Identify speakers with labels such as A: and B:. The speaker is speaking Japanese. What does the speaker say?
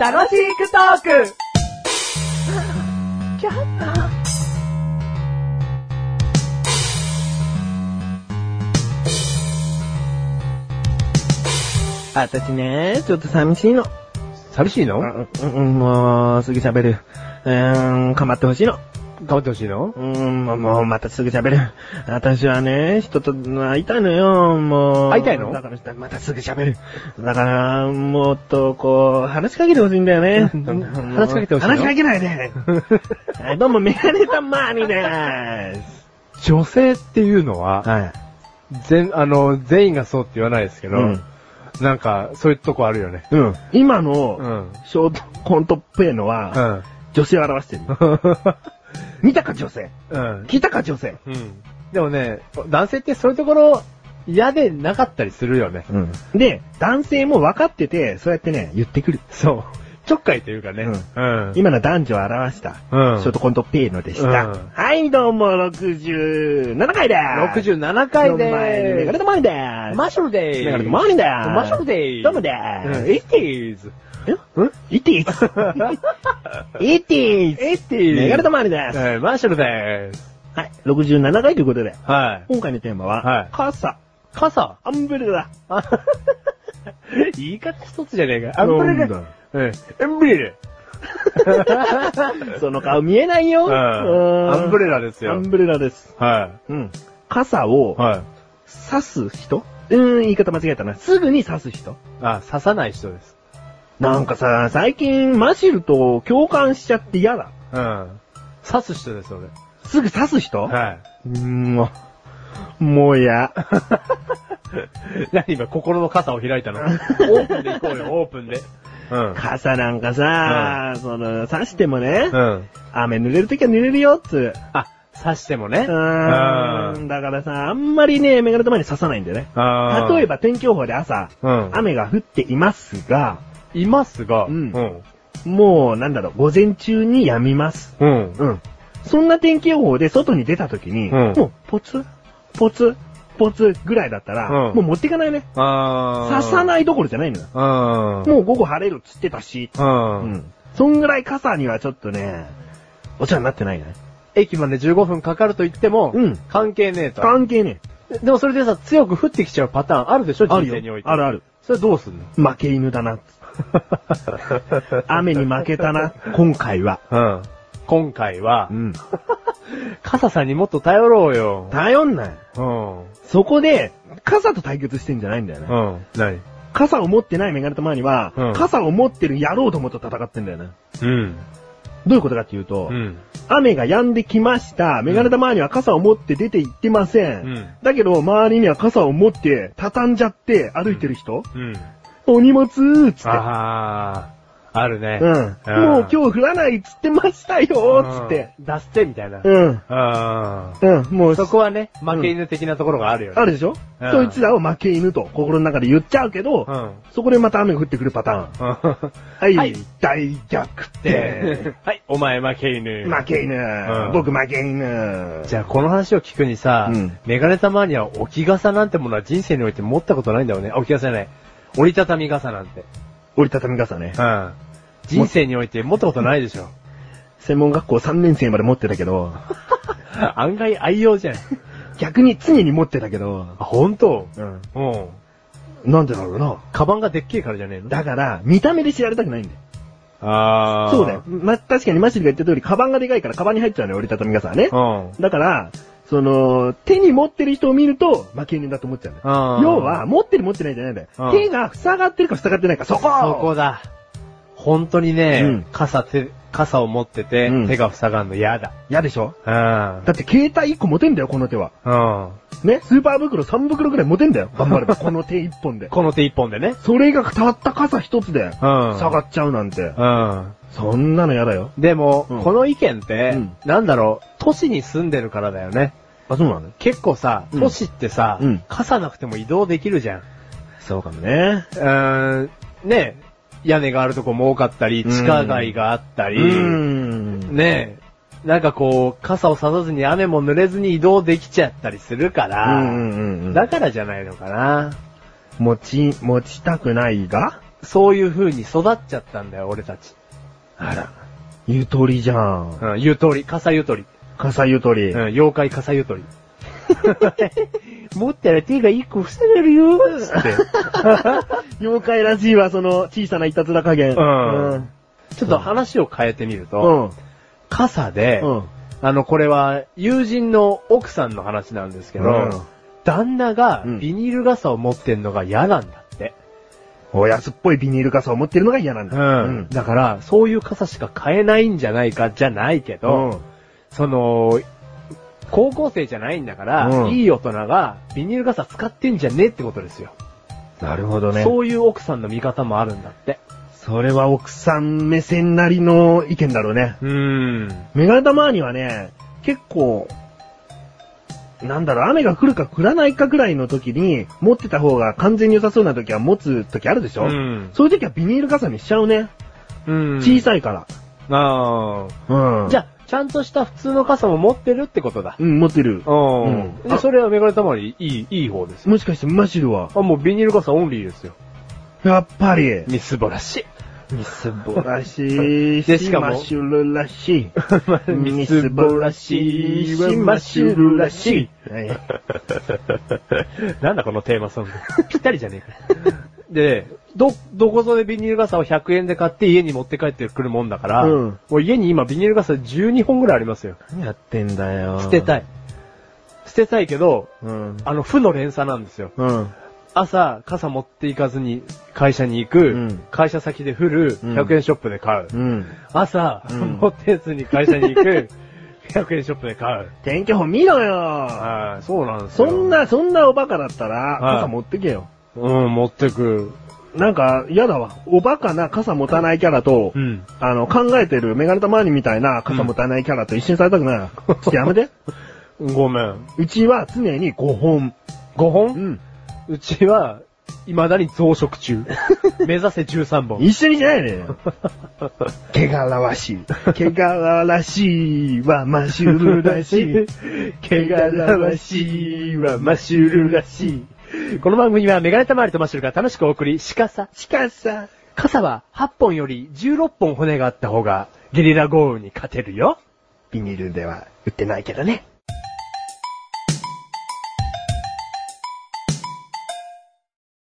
A: 楽しくトーク
B: 私ね、ちょっと寂しいの。
C: 寂しいの
B: うん、うん、もう、すぐ喋る。うーん、かまってほしいの。
C: 頑張ってほしいの
B: うーん、もう、もうまたすぐ喋る。私はね、人と会いたいのよ、もう。
C: 会いたいの
B: だから、またすぐ喋る。だから、もっと、こう、話しかけてほしいんだよね。
C: うん 話しかけてほしいの
B: 話しかけない で。はいどうも、メガネたまーにでーす。
C: 女性っていうのは、
B: はい。
C: 全、あの、全員がそうって言わないですけど、
B: うん
C: なんか、そういうとこあるよね。
B: うん。今
C: う
B: の、
C: ん。
B: ショートコントっぽいの
C: う
B: は、
C: ん。
B: 女性を表してる。見たか女性。
C: うん。
B: 聞いたか女性。
C: うん。でもね、男性ってそういうところ、嫌でなかったりするよね。
B: で、男性も分かってて、そうやってね、言ってくる。
C: そう。ちょっかいというかね。
B: う
C: うん。
B: 今の男女を表した、
C: うん
B: ショートコントペイのでした。
C: うん
B: はい、どうも、67回でーす。
C: 67
B: 67
C: 回
B: の前にメガ
C: で
B: ネ
C: ー
B: とマーニでーす。
C: す。マッシュルでーす。
B: メガネとマーニでーす。
C: マッシュルでーす。
B: どうもで
C: うん
B: ーす。
C: エイティーズ。
B: イティーズ。イティーズ。
C: エイティーズ。
B: メガネと
C: マ
B: マーニです。
C: ーマッシュルでーす。
B: はい、67回ということで、
C: はい。
B: 今回のテーマは、
C: はい
B: 傘、
C: 傘
B: アンブレラ。
C: 言い方一つじゃねえか。アンブレ
B: なんだ
C: ラ。うん。アンブレラ。
B: その顔見えないよ。
C: うんアンブレ
B: ラ
C: ラです
B: ア
C: よ
B: ン。ブレラです。
C: は
B: うん。傘
C: い。
B: を、
C: はい。
B: 刺す人うーん、言い方間違えたな。すぐに刺す人
C: あ、刺さない人です。
B: なんかさ、最近、マシルと共感しちゃって嫌だ。
C: うん。刺す人です、俺。
B: すぐ刺す人、
C: は
B: うーん、もう、もう嫌。
C: い。 何今、心の傘を開いたの オープンで行こ うよ、オープンで。うん。
B: 傘なんかさ、その、刺してもね、
C: うん。
B: 雨濡れるときは濡れるよっつ
C: あ、刺してもね。
B: う。うーん、だからさ、あんまりね、メガネ玉に刺さないんだよね。
C: あー
B: 例え、ば天気予報で朝、
C: うん。
B: 雨が降っていますが、
C: いますが、
B: うん
C: うん。
B: もう、なんだろう、午前中に止みます。
C: うん。
B: うん。そんな天気予報で外に出た時に、
C: うん
B: もうポツ、ポツ、ポツぐらいだったら、
C: うん
B: もう持っていかないね。
C: あ
B: 刺さ
C: い。
B: ないどころじゃないのよ。
C: うん。も
B: もう午後晴れるっつってたし、
C: う。
B: うんん。そんぐらい傘にはちょっとね、お世話になってないね。
C: 駅まで15分かかると言っても、
B: うん
C: 関係ねえと。
B: 関係ね
C: でもそれでさ、強く降ってきちゃうパターンあるでしょ
B: え。あ
C: 人生
B: る
C: に
B: よ
C: おい。て。
B: あるある。
C: それどうすんの
B: 負け犬だな。雨に負けたな、今回は。
C: うん。今回は
B: う、ん。
C: 傘さんにもっと頼ろうよ。
B: 頼んない。
C: うん。うん。
B: そこで、傘と対決してんじゃないんだよね。
C: 何
B: 傘を持ってないメガネと前には、
C: うん
B: 傘を持ってる野郎どもと戦ってんだよね。
C: うん。
B: どういうことかっていうと、
C: うん。
B: 雨が止んできました。メガネ玉には傘を持って出て行ってません。
C: うん
B: だけど、周りには傘を持って、畳んじゃって歩いてる人、
C: うん。
B: お荷物ーっつって。
C: ああ、あるね。
B: うん。もう
C: 日、
B: 今日降らないっつってましたよーっつって。
C: うん。出してみたいな。
B: うん。
C: あ
B: うん、も
C: あ。
B: う、
C: そこはね、負け犬的なところがあるよね。
B: あるでしょ、
C: うん
B: そいつらを負け犬と心の中で言っちゃうけど、
C: うん。
B: そこでまた雨が降ってくるパターン。 はい、
C: はい
B: 大逆 転。
C: はい、お前負け犬。
B: 負け犬、
C: うん
B: 僕負け犬。
C: じゃあこの話を聞くにさ、
B: うん
C: メガネたまには置き傘なんてものは人生において持ったことないんだよね。あ置き傘じゃない。折りたたみ傘なんて。
B: 折りたたみ傘ね。
C: うん。人生において持ったことないで しょ。
B: 専門学校3年生まで持ってたけ ど、
C: 案外愛用じゃん。
B: 逆に常に持ってたけど、
C: あ、ほんと
B: うん。
C: うん。
B: なんでだろうな。
C: カバンがでっけえからじゃねえの
B: だから、見た目で知られたくないんだよ。
C: あ
B: そうだよ。。ま、確かにマシルが言った通り、カバンがでかいからカバンに入っちゃうのよ、折りたたみ傘はね。
C: うん。
B: だから、その、手に持ってる人を見ると、負け犬だと思っちゃうんだよ。
C: あー
B: 要は、持ってる持ってないじゃないんだよ
C: うん。
B: 手が塞がってるか塞がってないか、そこ
C: そこだ。本当にね、
B: うん
C: 傘手、傘を持ってて、
B: うん
C: 手が塞がんの嫌だ。
B: 嫌でしょ
C: うん。
B: だって携帯1個持てんだよ、この手は。
C: うん。
B: ね、スーパー袋3袋ぐらい持てんだよ。頑張れ ば、この手1本で。
C: この手一本でね。
B: それがたった傘一つで、
C: うん。
B: 下がっちゃうなんて。
C: うん。
B: そんなの嫌だよ。
C: でも、
B: うん
C: この意見って、
B: うん
C: なんだろう、都市に住んでるからだよね。
B: あ、そうなの
C: 結構さ、
B: うん
C: 都市ってさ、
B: うん
C: 傘なくても移動できるじゃん。
B: そうかもね。
C: うーん、ね屋根があるとこも多かったり、
B: うん
C: 地下街があった
B: う
C: り、
B: ん。
C: ねなんかこう、傘をささずに雨も濡れずに移動できちゃったりするか
B: うん
C: ら、
B: うんうん。
C: だからじゃないのかな。
B: 持ち、持ちたくないが
C: そういう風に育っちゃったんだよ、俺たち。
B: あら、ゆとりじゃん。
C: うん、ゆとり、笠ゆとり。
B: かさゆとり。
C: うん、妖怪笠 ゆとり。持ったら手が一個塞がるよ つって。
B: 妖怪らしいわ、その小さないたずら加減。
C: うん
B: うん。
C: ちょっと話を変えてみる
B: う
C: と、
B: ん。
C: 傘で、
B: うん。
C: あの、これは友人の奥さんの話なんですけど、
B: うん
C: 旦那が
B: うん
C: ビニール傘を持ってんのが嫌なんだって。
B: お安っぽいビニール傘を持ってるのが嫌なんだ。うん
C: だから、そういう傘しか買えないんじゃないか、じゃないけど、
B: うん。
C: その、高校生じゃないんだから、
B: うん
C: いい大人がビニール傘使ってんじゃねえってことですよ。
B: なるほどね。そ
C: そういう奥さんの見方もあるんだって。
B: れは奥さん目線なりの意見だろうね。
C: うーん。
B: メガネ玉にはね、結構、なんだろう、雨が降るか降らないかぐらいの時に、持ってた方が完全に良さそうな時は持つ時あるでしょ、
C: うん
B: そういう時はビニール傘にしちゃうね。
C: うん。
B: 小さいから。
C: あー
B: うん。
C: じ
B: ゃ
C: ゃあ、ちゃんとした普通の傘も持ってるってことだ。
B: うん、持ってる。
C: うん。
B: うん
C: でそれはメガネたまりいい、いい方ですよ。
B: もしかしてマシルは
C: あ、もうビニール傘オンリーですよ。
B: やっぱり。
C: みすぼらしい。
B: ミスボらしい
C: で
B: し、
C: しかも
B: マシュルらし い。
C: みすぼらしいはマシュルらし
B: い。はい
C: なんだこのテーマソング。ぴったりじゃねえか。で、ど、どこぞでビニール傘を100円で買って家に持って帰ってくるもんだから、
B: うん
C: もう家に今ビニール傘12本ぐらいありますよ。
B: 何やってんだよ。
C: 捨てた
B: い。
C: い。捨てたいけど、
B: うん。
C: あの、負の連鎖なんですよ。
B: うん。
C: 朝、傘持っていかずに会社に行く、
B: うん
C: 会社先で降る、
B: うん
C: 100円ショップで買う。
B: うん。
C: 朝、
B: うん
C: 持ってずに会社に行 く、100円ショップで買う。
B: 天気予報見ろよ
C: はい、そうなんですよ。
B: そん、な、そんなおバカだったら、
C: はい
B: 傘持ってけよ。
C: うん、持ってく。
B: なんか、嫌だわ。おバカな傘持たないキャラと、
C: うん。
B: あの、考えてるメガネタマーニみたいな傘持たないキャラと一緒にされたくない。ちょっとや めて。
C: ごめん。
B: うちは常に5本。
C: 5本
B: ん。
C: うちは、未だに増殖 中。目指せ13本。
B: 一緒にじゃないね。けがらわしい。けがらわしいはマシュルらし い。
C: けがらわしいはマシュルらしい。この番組はメガネたまわりとマッシュルが楽しくお送り、しかさ。
B: しかさ、
C: 傘は8本より16本骨があった方が、ゲリラ豪雨に勝てるよ。
B: ビニールでは売ってないけどね。